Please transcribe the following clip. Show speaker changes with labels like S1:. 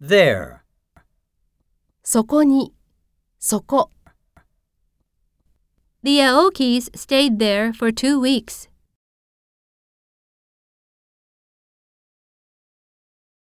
S1: there,
S2: そこに、そこ。
S3: The Aokis stayed there for two weeks.